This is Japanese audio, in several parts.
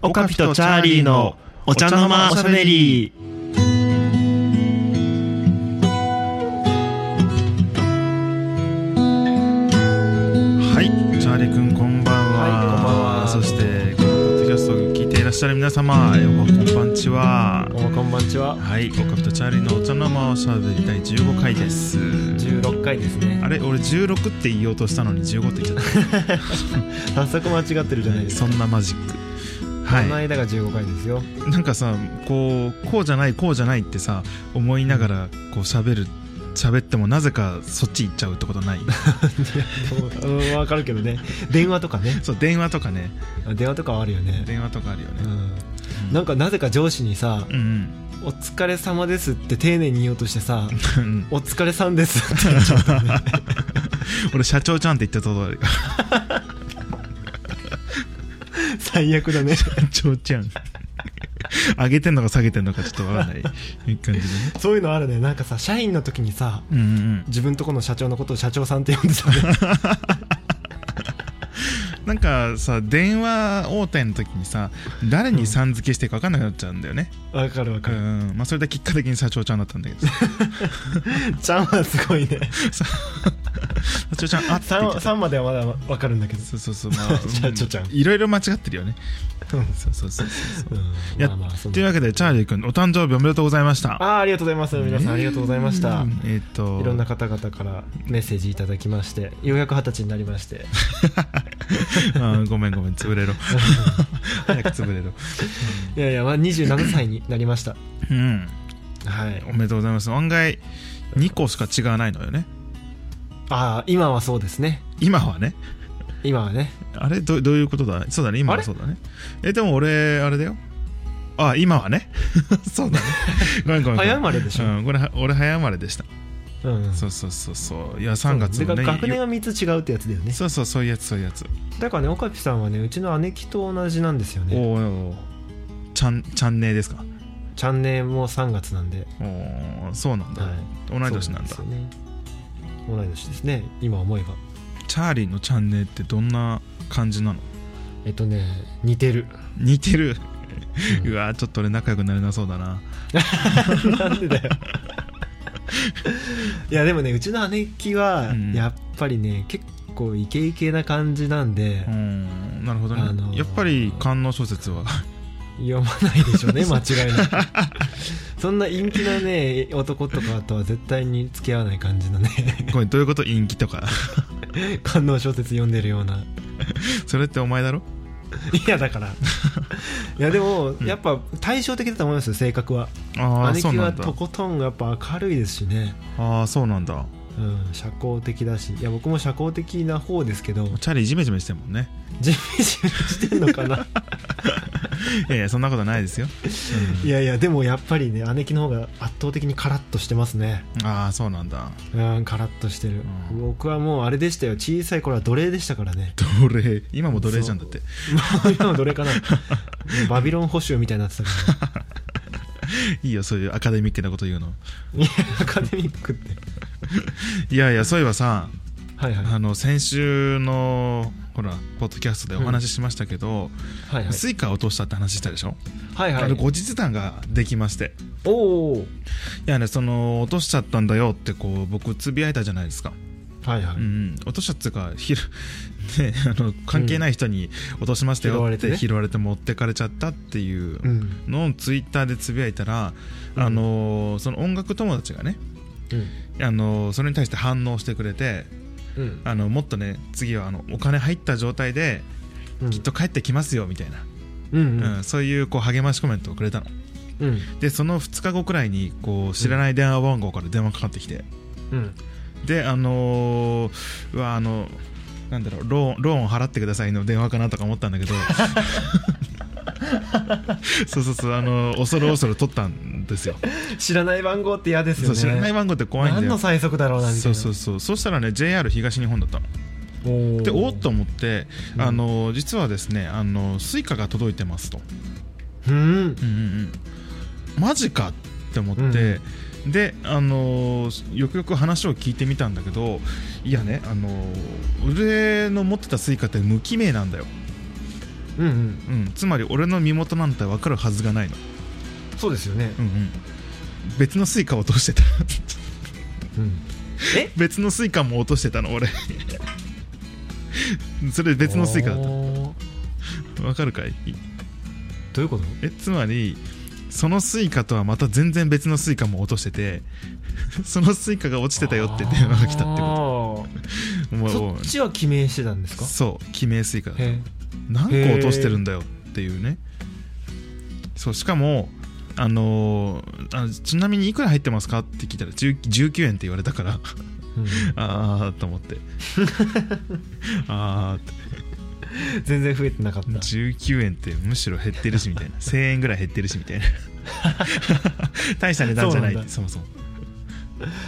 オカピとチャーリーのお茶の間おしゃべり。はい、チャーリー君こんばんは。はいこんばんはそしてこのポッドキャストを聞いていらっしゃる皆様、えーおはこんばんちは。おこんばんちは。はい、オカピとチャーリーのお茶の間おしゃべり第15回です。 16回ですね。あれ、俺16って言おうとしたのに15って言っちゃっ早速間違ってるじゃないで た。すそか。んなマジック。このは間が15回 ですよ。い、なんかさこうこうじゃないこうじゃないってさ思いながらこう喋る喋ってもなぜかそっち行っちゃうってこと ないうん、わかるけどね。電話とかね。そう電話とかねあ電話とかはあるよね。電話とかあるようね、ん。うん、なんかなぜか上司にさう、んお疲れ様ですって丁寧に言おうとしてさ、うんお疲れさんですって言っちゃったね。俺社長ちゃんって言ってたとる 最悪だね。社長ちゃん上げてんのか下げてんのかちょっとわかんないいう感じでねそういうのあるね。なんかさ、社員の時にさ、うんうん自分とこの社長のことを社長さんって呼んでた ね。うんなんかさ電話応対の時にさ誰にさん付けしていいか分かんなくなっちゃうんだよねわかるわうかんる。、まあ、それで結果的に社長ちゃんだったんだけどちゃんはすごいね。社長ちゃんあって言っ 3, て3まではまだわかるんだけど。そうそうそう まあ社長ちゃんういろいろ間違ってるよねそうそうそうそううんやまあまあそんというなわけでチャーリー君お誕生日おめでとうございましたあーありがとうございます皆さんありがとうございました、うんえっといろんな方々からメッセージいただきましてようやく二十歳になりましてあーごめんごめん潰れ ろ早く潰れろいやいや、まあ、27歳になりましたうんはいおめでとうございます案外2個しか違わないのよねああ今はそうですね今はね今はねあれどどういうことだそうだね今はあれそうだねえでも俺あれだよあ今はね そうだねごめんごめんごめん早生まれでしょうん、これは俺早生まれでした、うん、そうそうそうそういや3月のねで学年が3つ違うってやつだよねそうそうそういうやつそういうやつだからね岡ピさんはねうちの姉貴と同じなんですよおねーおーちゃんちゃんねーですかチャンネルも3月なんで、おーそうなんだ、はい、同い年なんだそうですよね同い年ですね今思えばチャーリーのチャンネーってどんな感じなのえっとね似てる似てる ううんわーちょっと俺仲良くなれなそうだな なんでだ よいやでもねうちの姉貴はうんやっぱりね、結構イケイケな感じなんでうー、んなるほどね、あのーやっぱり観音小説 は読まないでし ょうね間違いなくそんな陰気なね男とかとは絶対に付き合わない感 じのねごめんどういうこと陰気と か観音小説読んでるようなそれってお前だろいやだ からいやでもんやっぱ対照的だと思いますよ性格はああ姉そう貴なはんだとことんやっぱ明るいですしね、ああそうなんだうん、社交的だしいや僕も社交的な方ですけどチャーリージメジメしてるも んねジメジメしてんのかないやいやそんなことないですよ、いやいやでもやっぱりね姉貴の方が圧倒的にカラッとしてますねうんああそうなんだうんカラッとしてる、うん僕はもうあれでしたよ小さい頃は奴隷でしたからね奴隷今も奴隷じゃんだってもう今は奴隷かな バビロン捕囚みたいになってたからいいよそういうアカデミックなこと言うのいやアカデミックっていやいやそういえばさはいはいはあの先週のほらポッドキャストでお話ししましたけど、いはいスイカ落としたって話したでしょ、はいあはのい後日談ができましておおいやねその落としちゃったんだよってこう僕つぶやいたじゃないですか、はいはい、うん、落としたっていうかひろ ね、あの関係ない人に落としました拾よわっれててね拾われて持ってかれちゃったっていううんのをツイッターでつぶやいたら、うんあのその音楽友達がねうんあのそれに対して反応してくれてうんあのもっとね次はあのお金入った状態でうんきっと帰ってきますよみたいな、うんううんんそういうこう励ましコメントをくれたのうんでその2日後くらいにこう知らない電話番号から電話かかってきて、うんであのー、うわあのなんだろうローンローン払ってくださいの電話かなとか思ったんだけ どそうそうそうあの恐る恐る取ったんですよ知らない番号って嫌ですそようね知らない番号って怖いんだ何よの最速だろうなみたいなそうそうそうそうしたらね JR 東日本だったのおおでおっと思って、うんあの実はですねあのスイカが届いてますと、うんうんうんうん、マジかって思って、で、あのーよくよく話を聞いてみたんだけどいやね、あのー俺の持ってたスイカって無記名なんだよううんうんうん、つまり俺の身元なんて分かるはずがないの、そうですよねうんうん、別のスイカを落としてた うんえ別のスイカも落としてたの俺 それ別のスイカだおっーどた分かるかいういうことえつまりそのスイカとはまた全然別のスイカも落としてて そのスイカが落ちてたよって 電話が来たってここともうそもっちは記名してたんですうかそう記名スイカだったへ何個落としてるんだよっていうねそうしかもあのーあちなみにいくら入ってますかって聞いたら10 19円って言われたから えうんああと思って ああ全然増えてなかった19円ってむしろ減ってるしみたい な1000円ぐらい減ってるしみたいな大した値段じゃないってそもそも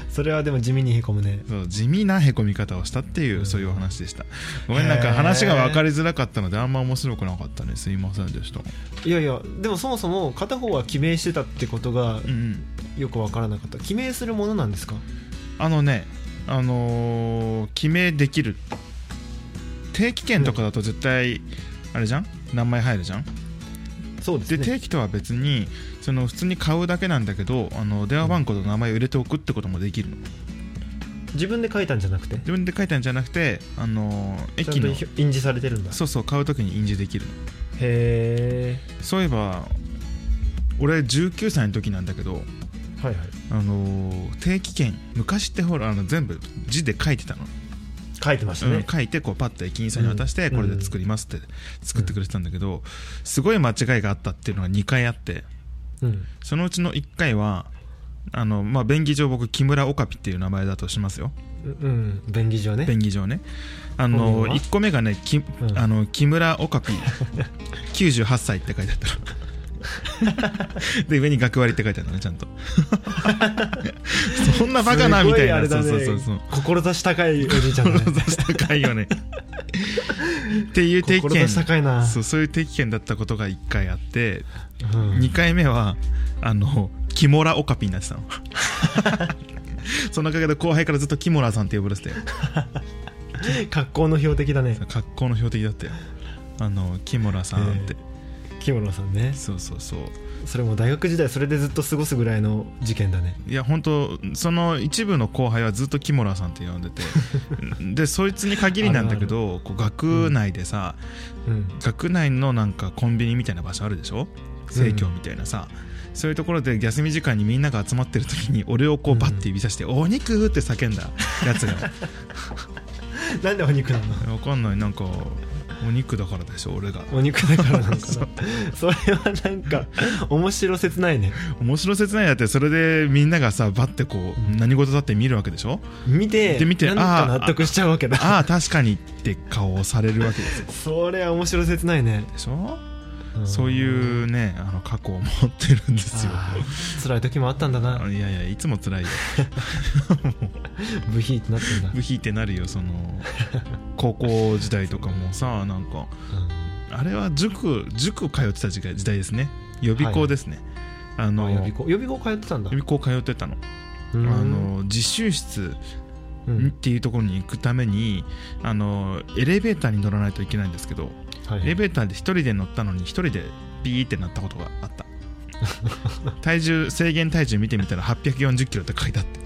それはでも地味にへこむねそう地味なへこみ方をしたっていう、うんそういうお話でしたごめんなんへかー話が分かりづらかったのであんま面白くなかったねすいませんでしたいやいやでもそもそも片方は記名してたってことがうんうんよくわからなかった記名するものなんですかあのね、あのー、記名できる定期券とかだと絶対あれじゃん何枚入るじゃんそうでですね定期とは別にその普通に買うだけなんだけどあの電話番号と名前を入れておくってこともできるの自分で書いたんじゃなくて自分で書いたんじゃなくて、あのーちゃ駅んとの印字されてるんだへそうそう買うときに印字できるのえそういえば俺19歳の時なんだけど、はいはいあのー定期券昔ってほらあの全部字で書いてたの書いてましたうんね、書いてこうパッと駅員さんに渡してうんこれで作りますって作ってくれてたんだけどすごい間違いがあったっていうのが2回あってうん、そのうちの1回はあのまあ便宜上僕木村オカピっていう名前だとしますようん、うん便宜上ね便宜上ねあ本の名は1個目がねきんあの木村オカピ98歳って書いてあったの で上に学割って書いてあったのねちゃんと そんなバカなみたいなすごあれだそうねそうそうそう志高いおじいちゃんだね志高いよねっていう定期券志高いなそうそういう定期券だったことが1回あって、うん2回目はあのキモラオカピになって たのそのおかげで後輩からずっとキモラさんって呼ばれてたよ格好の標的だね格好の標的だったよあのキモラさんって、木村さんねそうそうそうそれも大学時代それでずっと過ごすぐらいの事件だねいや本当その一部の後輩はずっとキモラさんって呼んで てでそいつに限りなんだけどこう学内でさ、 うん学内のなんかコンビニみたいな場所あるでしょ生協みたいなさ、そういうところで休み時間にみんなが集まってる時に俺をこうバッて指さして「お肉!」って叫んだやつ がなんでお肉なのわかんないなんかお肉だからでしょ俺がお肉だからなのかな そうそれはな んか面白説ないね面白説ないだってそれでみんながさバッてこう何事だって見るわけでしょ見てで見てなんかあー納得しちゃうわけだああ確かにって顔をされるわけですよ それは面白説ないね、でしょんそういうねあの過去を持ってるんですよあー辛い時もあったんだないやいやいつも辛いよ部費ってなってんだ、部費ってなるよ その高校時代とかもさなんかあれは塾塾通ってた時代時代ですね予備校ですね、あうんのあ予予備備校予備校通ってたんだ校通ってたの,、うーんあの自習室うっんていうところに行くためにあのエレベーターに乗らないといけないんですけど、はいエレベーターで一人で乗ったのに一人でピーってなったことがあった 体重制限体重見てみたら8 4 0キロって書いてあって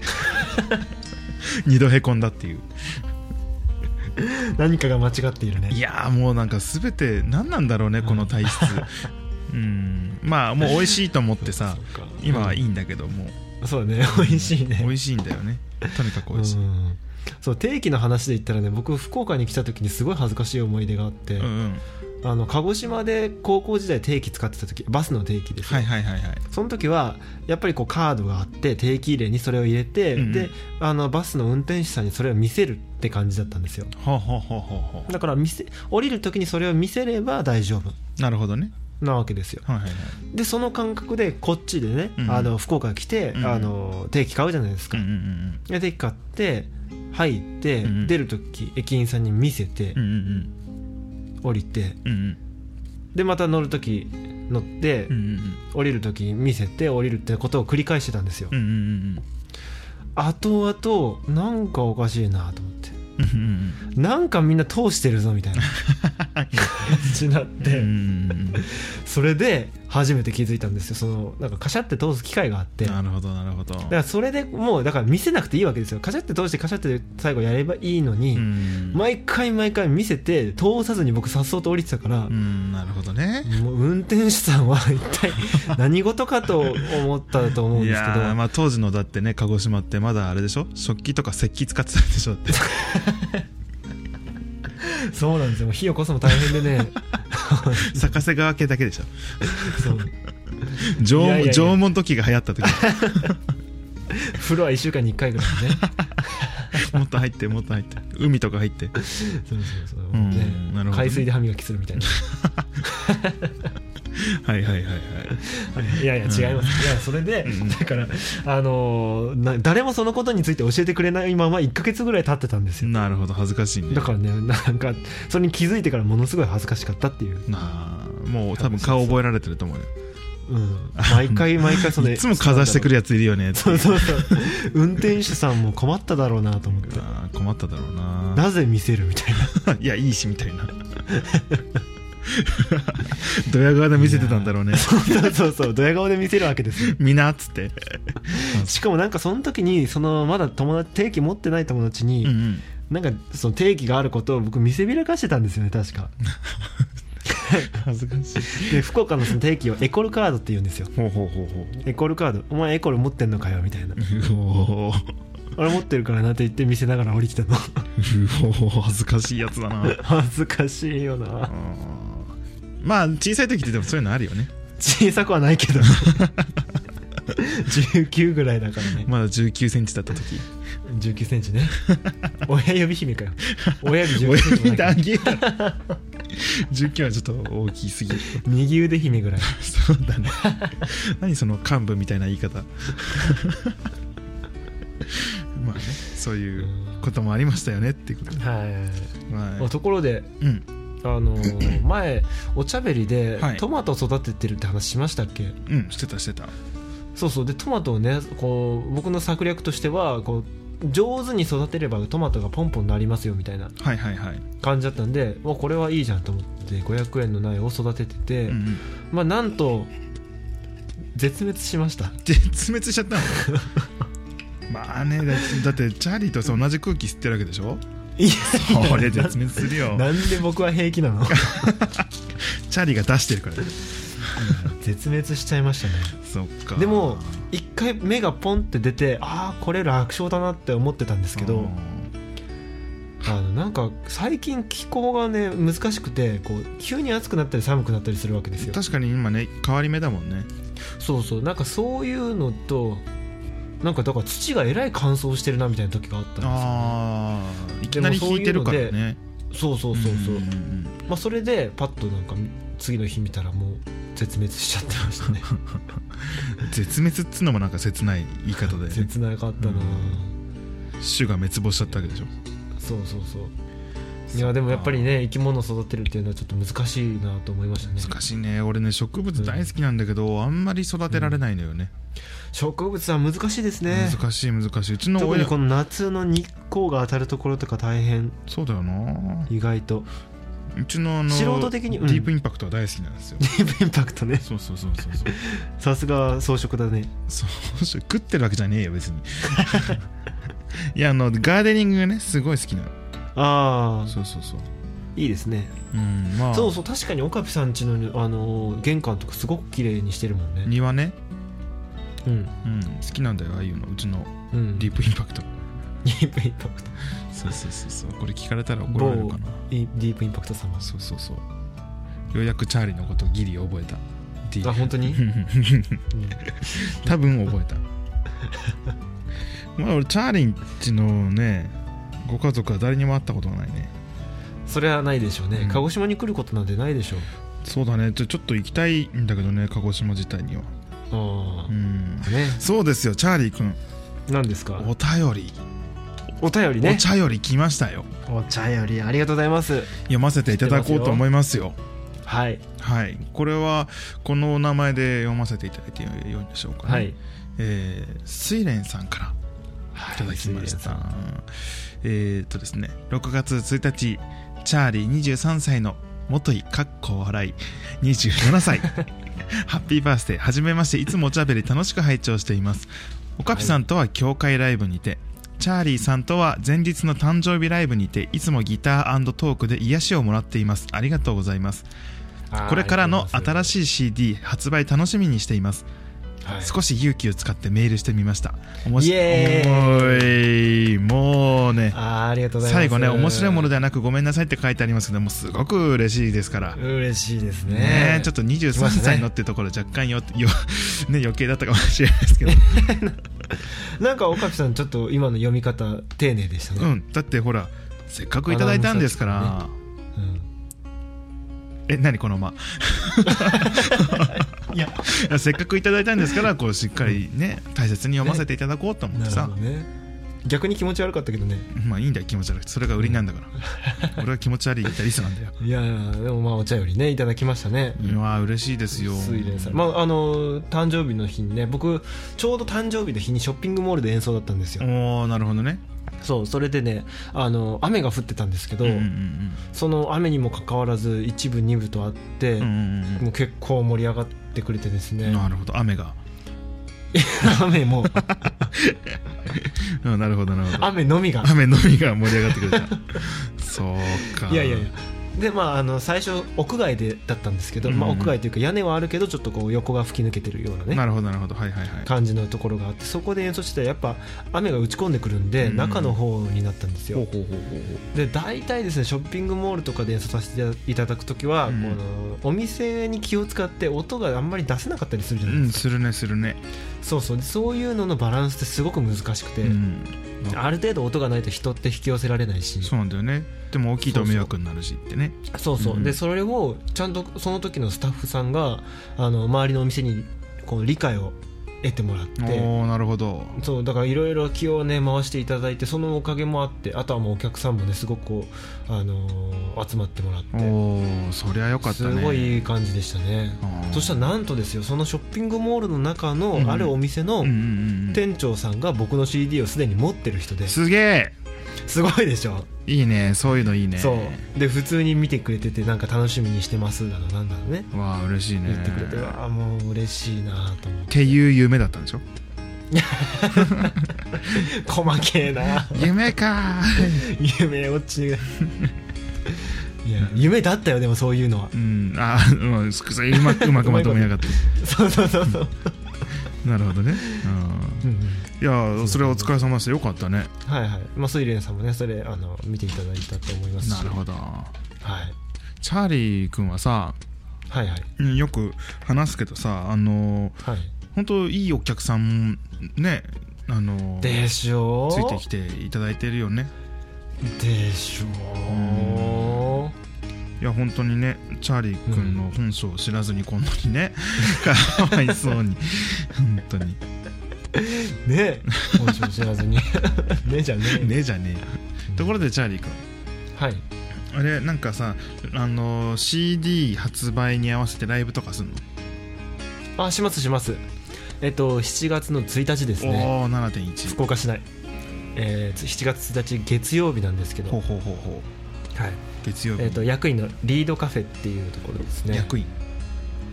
二度へこんだっていう何かが間違っているねいやーもうなんか全て何なんだろうねこの体質うんまあもう美味しいと思ってさそうか今はいいんだけどもそうだね 美味しいね美味しいんだよねとにかく美味しいうんそう定期の話で言ったらね僕福岡に来た時にすごい恥ずかしい思い出があって、うんうんあの鹿児島で高校時代定期使ってた時バスの定期ですよ、はいはいはいはいその時はやっぱりこうカードがあって定期入れにそれを入れて、うんうんであのバスの運転手さんにそれを見せるって感じだったんですよほうほうほうほうほだから見せ降りる時にそれを見せれば大丈夫うなるほどねなわけですよはいはいはいでその感覚でこっちでね、うんあの福岡来て、うんあの定期買うじゃないですうか、んうんで定期買って入って、うんうん出る時駅員さんに見せてうんうんうん降りてうんうんでまた乗る時乗って、うんうん降りる時見せて降りるってことを繰り返してたんですよ、うんうんうんうん後々なんかおかしいなと思ってうんなんかみんな通してるぞみたいな感じになっうんうてんそれで初めて気づいたんですよそのなんかカシャって通す機会があってなるほどなるほどだからそれでもうだから見せなくていいわけですよカシャって通してカシャって最後やればいいのに、うん毎回毎回見せて通さずに僕さっそうと降りてたから、うんなるほどねもう運転手さんは一 体何事かと思ったと思うんいですけやど、ーまあ当時のだってね鹿児島ってまだあれでしょ食器とか石器使ってたでしょってそうなんですよもう火起こすのも大変で ね逆瀬川系だけでしょそう縄文いやいやいや縄文時が流行った時 風呂は1週間に1回ぐらいねもっと入ってもっと入って海とか入ってそうそうそう、うんねなるほどね海水で歯磨きする みたいなはいはいはいはいいやいや違いますいやそれでうんだからあのーな誰もそのことについて教えてくれないまま1ヶ月ぐらい経ってたんですよなるほど恥ずかしいねだからねなんかそれに気づいてからものすごい恥ずかしかったっていう、なあもう多分顔覚えられてると思うようん、毎回毎回そ のいつもかざしてくるややついるよねってそうそうそう運転手さんも困っただろうなと思ってあー困っただろうななぜ見せるみたいない や いいしみたいな ドヤ顔で見せてたんだろう ねそうそうそうドヤ顔で見せるわけですよみんなっつってしかもなんかその時にそのまだ友達定期持ってない友達うに、んうんなんかその定期があることを僕見せびらかしてたんですよね確か恥ずかしいで福岡のその定期をエコルカードって言うんですよほうほうほうほうエコルカードお前エコル持ってんのかよみたいなうおー俺持ってるからなって言って見せながら降りてたの うおー恥ずかしいやつだなうん恥ずかしいよなまあ小さい時ってでもそういうのあるよね小さくはないけど 19ぐらいだからねまだ1 9センチだった時1 9センチね親指姫かよ親指1親9セン指チであだげた19はちょっと大きすぎる右腕姫ぐらいそうだね何その幹部みたいな言い方 まあねそういうこともありましたよねっていうことはいまあはところでい、うん、あのー前おしゃべりではいトマトを育ててるって話しましたっけ、うん、してたしてたそうそうでトマトをねこう僕の策略としてはこう上手に育てればトマトがポンポンなりますよみたいなはいはいはい、感じだったんでもうこれはいいじゃんと思って500円の苗を育ててて、うんうん、まあなんと絶滅しました絶滅しちゃったのまあねだだってチャーリーとさ同じ空気吸ってるわけでしょいやそれ絶滅するよなんで僕は平気 なのチャーリーが出してる から絶滅しちゃいましたねそっかでも一回目がポンって出てああこれ楽勝だなって思ってたんですけうどんあのなんか最近気候がね難しくてこう急に暑くなったり寒くなったりするわけですよ確かに今ね変わり目だもんねそうそうなんかそういうのとなんかだから土がえらい乾燥してるなみたいな時があったんですよ、ああいきなり引いてるからでもねそうそうそうそう、んんんまあ、それでパッとなんか次の日見たらもう絶滅しちゃってましたね絶滅っつうのもなんか切ない言い方で、ね、切なかったな、種が滅亡しちゃったわけでしょそうそうそういやでもやっぱりね生き物を育てるっていうのはちょっと難しいなと思いましたね難しいね俺ね植物大好きなんだけど、あんまり育てられないのよね、植物は難しいですね難しい難しいうちの特親にこの夏の日光が当たるところとか大変そうだよな意外とうちのあの素人的にうんディープインパクトは大好きなんですよ ディ ープインパクトねそうそうそうそうそうさすが装飾だねそう食ってるわけじゃねえよ別に いやあのガーデニングがねすごい好きなのああそうそうそういいですねうんまあそうそう確かに岡部さん家の、あのー玄関とかすごく綺麗にしてるもんね庭ね、うんうん、好きなんだよああいうのうちのうんディープインパクトディープインパクトそうそうそうそうこれ聞かれたら怒られるかなディープインパクト様そうそうそうようやくチャーリーのことギリ覚えたディあ本当に、うん 多分覚えたまあ俺チャーリーんちのねご家族は誰にも会ったことがないねそれはないでしょうね、うん鹿児島に来ることなんてないでしょうそうだねちょちょっと行きたいんだけどね鹿児島自体にはあうあ、んねそうですよチャーリーくん何ですかお便り、お便りお茶より来ましたよお茶よりありがとうございます読ませていただこうと思いますよはいはいこれはこのお名前で読ませていただいてよいでしょうかね、はいえー、スイレンさんからはいただきまし水泳さたえーっとですね6月1日チャーリー23歳の元井かっこ笑い27歳 ハッピーバースデーはじめましていつもおちゃべり楽しく拝聴していますおかぴさんとは教会ライブにて、チャーリーさんとは前日の誕生日ライブにていつもギタートークで癒しをもらっていますありがとうございますあーこれからの新いしい CD 発売楽しみにしていますはい少し勇気を使ってメールしてみました面白イエいもうねあーありがとうございま最す後ね面白いものではなくごめんなさいって書いてありますけどもうすごく嬉しいですからね嬉しいですねえちょっと来ま23したね歳のってところ若干よよ、 ね、余計だったかもしれないですけど、なんか岡部さんちょっと今の読み方丁寧でしたうね、ん、だってほらせっかくいただいたんですから、うんえ何この 間いやせっかくいただいたんですからこうしっかりね大切に読ませていただこうと思っなてるさ、ほどね逆に気持ち悪かったけどねまあいいんだよ気持ち悪くてそれが売りなんだから 俺は気持ち悪いギタリストなんだよいやーでもまあお茶よりねいただきましたねうわ嬉しいですよ水蓮さんまああの誕生日の日にね僕ちょうど誕生日の日にショッピングモールで演奏だったんですよ、おおなるほどねそうそれでねあの雨が降ってたんですけど、うんうんその雨にもかかわらず一部二部とあって、うんうんうんもう結構盛り上がってくれてですうんねなるほど雨が 雨もうんなるほどなるほど雨のみが雨のみが盛り上がってくれたそうかいやいやいやでまああの最初屋外でだったんですけど、まあ、うんうん屋外というか屋根はあるけどちょっとこう横が吹き抜けてるようなねなるほどなるほどはいはいはい感じのところがあってそこで演奏してたらやっぱ雨が打ち込んでくるんで、うん中の方になったんですよ、ほうほうほうほうで大体ですねショッピングモールとかで演奏させていただく時は、うんこのお店に気を使って音があんまり出せなかったりするじゃうないんですか、するねするねそうそうでそういうののバランスってすごく難しくて、うんある程度音がないと人って引き寄せられないしそうなんだよねでも大きいと迷惑になるしってねそうそう、うんでそれをちゃんとその時のスタッフさんがあの周りのお店にこう理解を得てもらっておおなるほどそうだからいろいろ気をね回していただいてそのおかげもあってあとはもうお客さんもねすごくこう、あのー集まってもらって、おおそりゃよかったすねごいいい感じでしたねそしたららなんとですよそのショッピングモールのう中んうんのあるお店のうんうんうん店長さんが僕の CD をすでに持ってる人ですすげえすごいでしょいいねそういうのいいねそうで普通に見てくれててなんか楽しみにしてますだのなんだろうねわあ嬉しいね言ってくれてっああもう嬉しいなと思ってていう夢だったんでしょ細けえな 夢かー夢落ちいや夢だったよでもそういうの はうんあーうんすくさいうまくうまくまとめやが ってそうそうそうそう、なるほどね、ううんうんん、いやーそれはお疲れ様でしたよかったねはいはいまあ睡蓮さんもねそれあの見ていただいたと思いますしなるほどはい、チャーリー君はさはいはいうんよく話すけどさあのーはい本当いいお客さんねあのーでしょうついてきていただいてるよねでしょういや本当にねチャーリー君の本性を知らずにこんなにね、かわいそうに本当にね本性知 らずにねじゃねえよねじゃねえよところでチャーリー君はいあれなんかさあの CD 発売に合わせてライブとかするの、あしますしますえっと7月の1日ですねおお7.1福岡市内、えー、つ7月1日月曜日なんですけど、ほはういほうほうほう月曜日、えー、と役員のリードカフェっていうところですね役員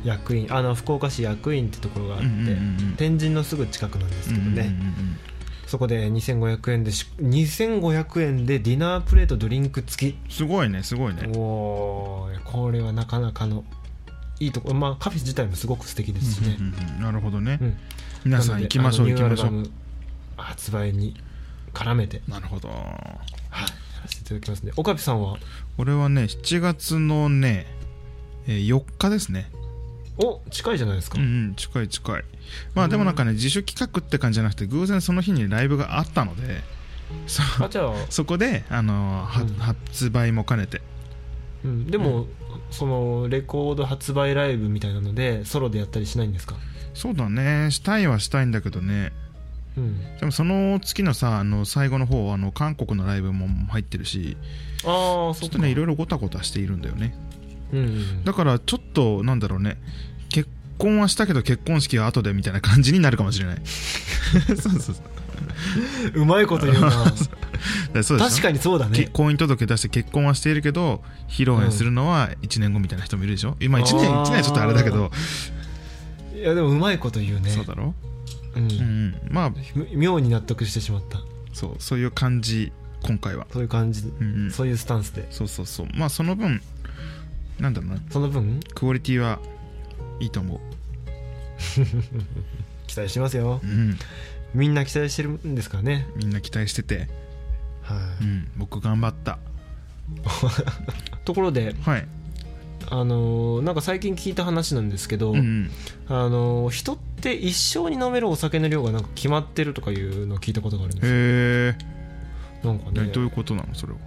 役員あの福岡市役員ってところがあって、うんうんうんうん天神のすぐ近くなんですけどね、うんうんうんそこで2500円でし2500円でディナープレートドリンク付きうんすごいねすごいねおーこれはなかなかのいいとこまあカフェ自体もすごく素敵ですしねうんうんうんなるほどね、うん皆さなんので行きましょうあ行きのましょニうューアルバム発売に絡めてなるほどはいやらせていただきますね岡部さんは俺はね7月のね、えー4日ですねお近いじゃないですか、うんうん近い近いまあでもなんかね自主企画って感じじゃなくて偶然その日にライブがあったのでそ あじゃあ、そこで、あのーはうん発売も兼ねてうん、でも、そのレコード発売ライブみたいなのでソロでやったりしないんですかそうだねしたいはしたいんだけどねうんでもその月のさあの最後の方あの韓国のライブも入ってるしちああそょっっかとねいろいろごたごたしているんだよねうんうんだからちょっとなんだろうね 結婚はしたけど結婚式は後でみたいな感じになるかもしれないそうそうそううまいこと言う ならそうでしょ確かにそうだけね婚姻届出して結婚はしているけど披露宴するのは1年後みたいな人もいるでしょ、今1年あー1年はちょっとあれだけど、いやでもうまいこと言うねそうだろ、ううんんまあみ妙に納得してしまったそうそういう感じ今回は、そういう感じうんうん、そういうスタンスでそうそうそうまあその分なんだろうなその分クオリティはいいと思う期待してますようんみんな期待してるんですからねみんな期待してて、はういん、僕頑張ったところではい、あのーなんか最近聞いた話なんですけど、うんうん、あのー人って一生に飲めるお酒の量がなんか決まってるとかいうのを聞いたことがあるんですよへなんかえ、ねどういうことなのそれは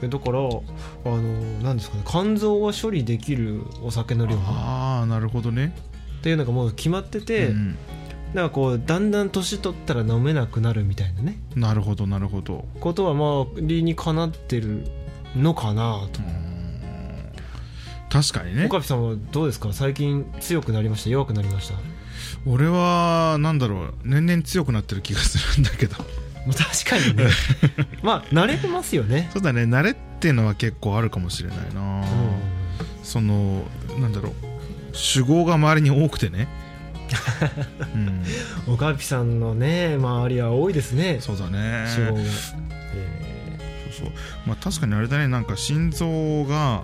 だからあのーなんですかね肝臓が処理できるお酒の量っああなるほどねていうのがもう決まってて、うんなんかこうだんだん年取ったら飲めなくなるみたいなねうん、なるほどなるほどことはまあ理にかなってるのかなとうーん確かにね岡部さんはどうですか最近強くなりました弱くなりました、ま俺はなんだろう年々強くなってる気がするんだけど あ、確かにね まあ慣れますよねそうだね慣れってのは結構あるかもしれないな、うそのなんだろう酒豪が周りに多く てね、うん、ん岡部さんのね周りは多いですねそうだね主そ語うが、そうまあ確かにあれだねなんか心臓が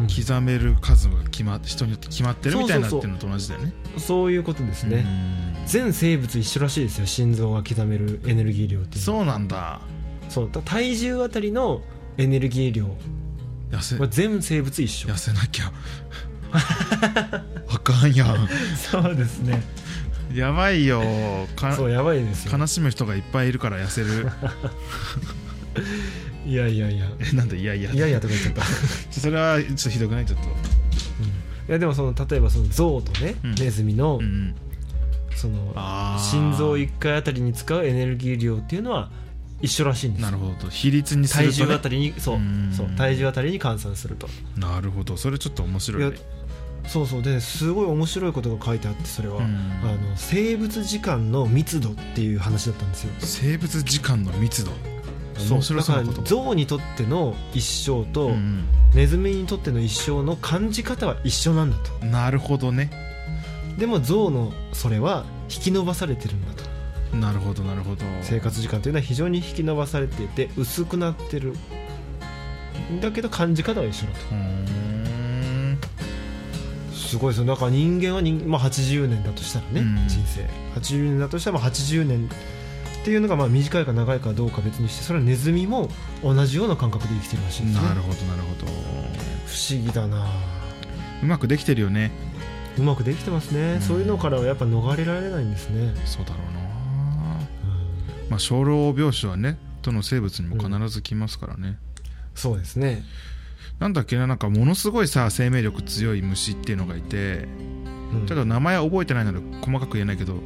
うん刻める数が決ま人によって決まってるみたいなってそうそうそいううのと同じだよねそういうことですね、うん全生物一緒らしいですよ心臓が刻めるエネルギー量っていうのはそうなんだそうだ体重あたりのエネルギー量痩せは全生物一緒痩せなき ゃあかんやんそうですねやばいよかそうやばいですよ悲しむ人がいっぱいいるから痩せ るいやいやいやえなんでいやいやいやいやとか言っちゃ ったそれはちょっとひどくないちょっといやでもその例えばその象とね、うんネズミのうんそのあー心臓1回あたりに使うエネルギー量っていうのは一緒らしいんですよなるほど比率にす体ると、重ねあ、たりにそううんそう体重あたりに換算するとなるほどそれちょっと面白いねいやそうそうですごい面白いことが書いてあってそれは、うんあの生物時間の密度っていう話だったんですよ生物時間の密度面白そうなこだとから象にとっての一生と、うんネズミにとっての一生の感じ方は一緒なんだとなるほどねでも象のそれは引き伸ばされてるんだとなるほどなるほど生活時間というのは非常に引き伸ばされていて薄くなってるだけど感じ方は一緒だうーんとすごいですよだから人間は人、まあ、80年だとしたらね、うん人生80年だとしたらまあ80年っていうのがまあ短いか長いかどうか別にしてそれはネズミも同じような感覚で生きてるらしいんですねなるほどなるほど不思議だなうまくできてるよねうまくできてますね、うんそういうのからはやっぱ逃れられないんですね、そうだろうなまあ小老病死はねどの生物にも必ず来ますからね、そうですねなんだっけななんかものすごいさ生命力強い虫っていうのがいてうんちょっと名前覚えてないので細かく言えないけど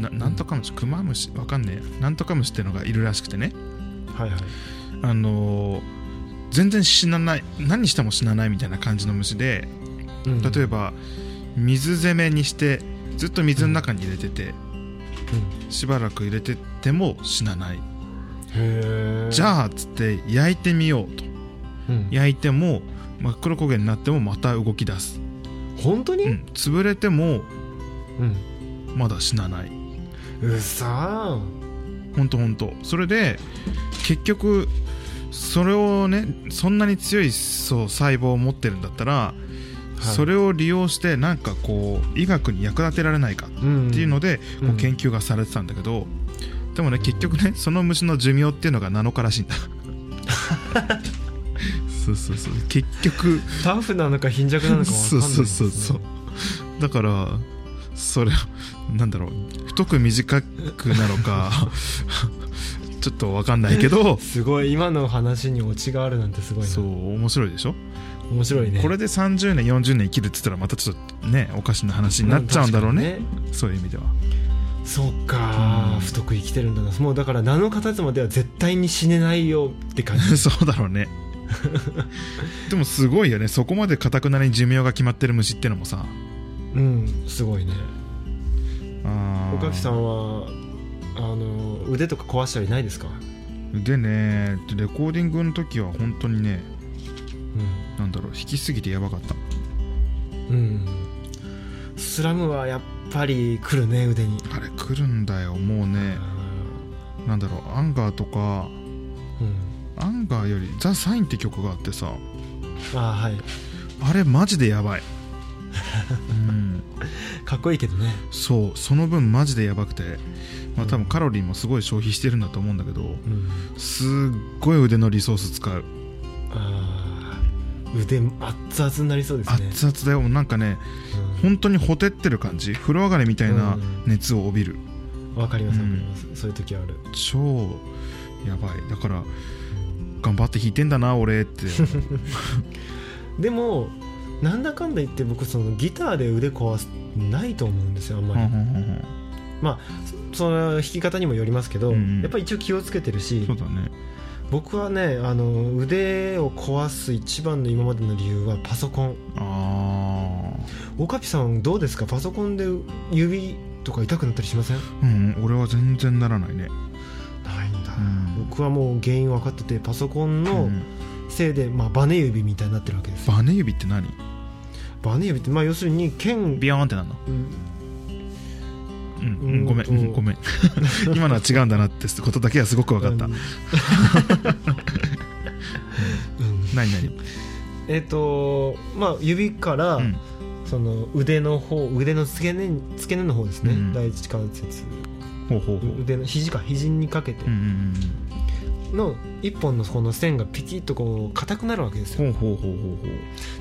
ななんとか虫クマムシわかんねえやなんとか虫ってのがいるらしくてねはいはいあのー全然死なない何しても死なないみたいな感じの虫でうん例えば水攻めにしてずっと水の中に入れててうんしばらく入れてても死なないへえじあ、ゃあつって焼いてみようとうん、焼いても真っ黒焦げになってもまた動き出す、本当に、うん、潰れてもうんまだ死なないうっさほんとほんとそれで結局それをねそんなに強いそう細胞を持ってるんだったら、それを利用してなんかこう医学に役立てられないかっっていうので、で、うんこう研究がされてたんだけどでもね結局ねその虫の寿命っていうのが7日らしい んだそうそうそう結局タフなのか貧弱なのか分かそんうないですね、そうそうそうだからそれなんだろう太く短くなのか ちょっとわかんないけどすごい今の話にオチがあるなんてすごいなそう面白いでしょ、面白いねこれで30年40年生きるっつったらまたちょっとねおかしな話になっちゃうんだろうね,、確かにそういう意味では そっか、うん太く生きてるんだなもうだから7日経つまでは絶対に死ねないよって 感じそうだろう ねでもすごいよねそこまでかたくなに寿命が決まってる虫ってのもさうんすごいねあー岡木さんはあの腕とか壊したりないですか、でねレコーディングの時は本当にねうなんだろう弾きすぎてやばかったんうん、スラムはやっぱり来るね腕に、あれ来るんだよもうねなんだろうアンガーとかうん、アンガーより「ザ・サインって曲があってさああはいあれマジでやばいうんかっこいいけどねそうその分マジでやばくてまあ多分カロリーもすごい消費してるんだと思うんだけどうんすっごい腕のリソース使うあー腕熱々になりそうですね熱々だよなんかね本当にほてってる感じ風呂上がりみたいな熱を帯びるうんわ、かりますうわんかります、そういう時ある、超やばいだから頑張って弾いてんだな俺って でもなんだかんだ言って僕そのギターで腕壊すないと思うんですよあんまうんり、うんうんその弾き方にもよりますけど、うんうんやっぱり一応気をつけてるうんしそうだね僕はねあの腕を壊す一番の今までの理由はパソコンあオカピさんどうですかパソコンで指とか痛くなったりしませんあうんうん俺は全然ならないねないんだうん僕はもう原因分かっててパソコンうのんせいで、まあ、バネ指みたいになってるわけですよバネ指って何バネ指って、まあ、要するに剣ビヨーンってなんのうんうんううんんごめんとうんご めん今のは違うんだなってことだけはすごく分かった うんうん何何えっ、とまあ指から、うんその腕の方腕の付け根に付け根の方ですね、うん第一関節ほうほうほう腕の肘か肘にかけてうんうんの一本のこの線がピキッとこう硬くなるわけですうよんほうほうほうほうほ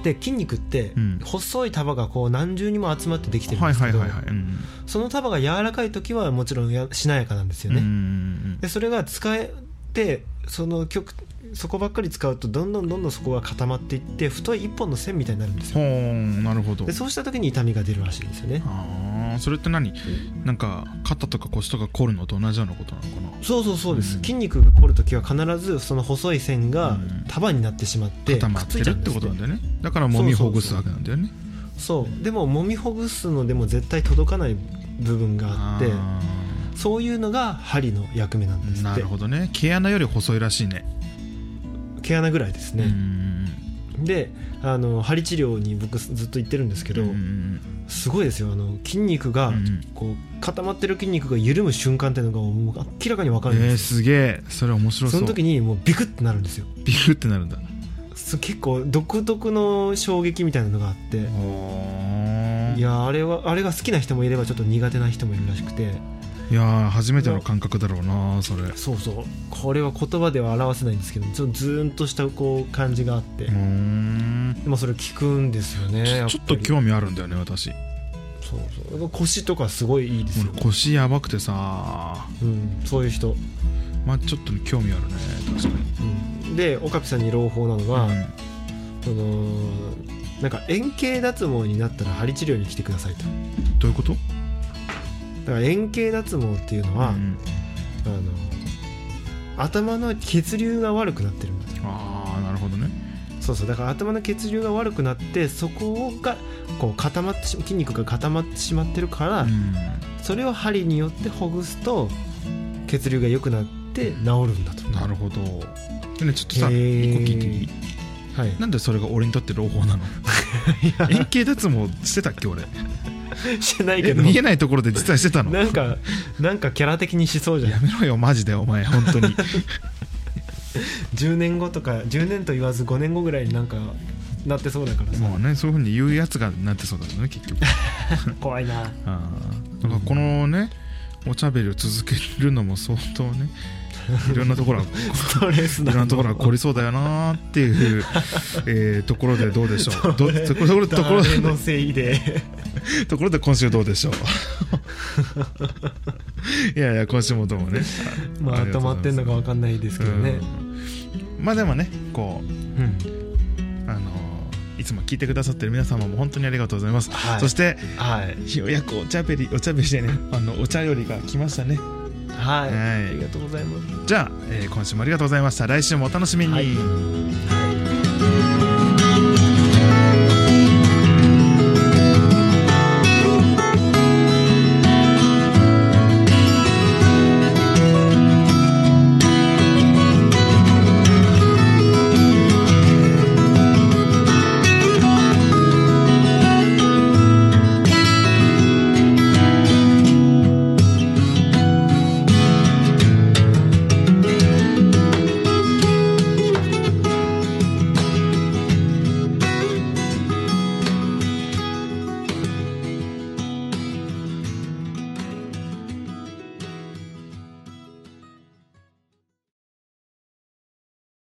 うで筋肉ってうん細い束がこう何重にも集まってできてるんはでいすはけいどはいはいうんその束が柔らかい時はもちろんやしなやかなんですうんうよね、んでそれが使えてその極そこばっかり使うとどんどんどんどんそこが固まっていって太い一本の線みたいになるんですよほーんなるほどでそうした時に痛みが出るらしいんですよねああそれって何なんか肩とか腰とか凝るのと同じようなことなのかなそうそうそうです、うん筋肉が凝る時は必ずその細い線うがん束になってしまってく固まっっつていちるゃっうんてですことってなんだよねだから揉みほぐすわけなんだよねそうでも揉みほぐすのでも絶対届かない部分があってあそういうのが針の役目なんでーすっなてるほどね毛穴より細いらしいね毛穴ぐらいですうね、んであの針治療に僕ずっと行ってるんですけど、うんすごいですよあの筋肉が、うんこう固まってる筋肉が緩む瞬間っていうのがもう明らかに分かえるー、んですよ、すげえそれ面白そそうの時にもうビクッてなるんですよビクってなるんだそう結構独特の衝撃みたいなのがあって、おいやーあれはあれが好きな人もいればちょっと苦手な人もいるらしくていやー初めての感覚だろうなそれうそうそうこれは言葉では表せないんですけどちょっとずーんとしたこう感じがあって、ーんでもそれ聞くんですよねやぱりちょっと興味あるんだよね私そうそう腰とかすごいいいですよ、俺腰やばくてさうん、そういう人、まあちょっと興味あるね確かにうん、で岡部さんに朗報なのが、そのなんか円形脱毛になったら針治療に来てくださいとうんどういうことだから円形脱毛っていうのは、うんあの頭の血流が悪くなってるんだとああなるほどねそうそうだから頭の血流が悪くなってそこがこう固まってし筋肉が固まってしまってるから、うんそれを針によってほぐすと血流が良くなって治るんだとなるほどでねちょっとさへー一個聞いていいはいなんでそれが俺にとって朗報なの円形脱毛してたっけ俺 してないえけど見えないところで実はしてたのなんかなんかキャラ的にしそうじゃやんめろよマジでお前本当に10年後とか10年と言わず5年後ぐらいになんかなってそうだからさもうねそういうふうに言うやつがなってそうだよね結局怖いなああなんかこのねおしゃべりを続けるのも相当ねいろんなところがストレスいなろんなところがこ凝りそうだよなーっていう、えーところでどうでしょうどところところ誰のせいでところで今週どうでしょういやいや今週もどうもねまありがとう止ございすまってんのか分かんないですけどねうんまあでもねこううんあのーいつも聞いてくださってる皆様も本当にありがとうございます、はいそしてはいようやくお茶べりお茶べりでねあのお茶よりが来ましたねはい、はいありがとうございますじゃあ、えー今週もありがとうございました来週もお楽しみに、はい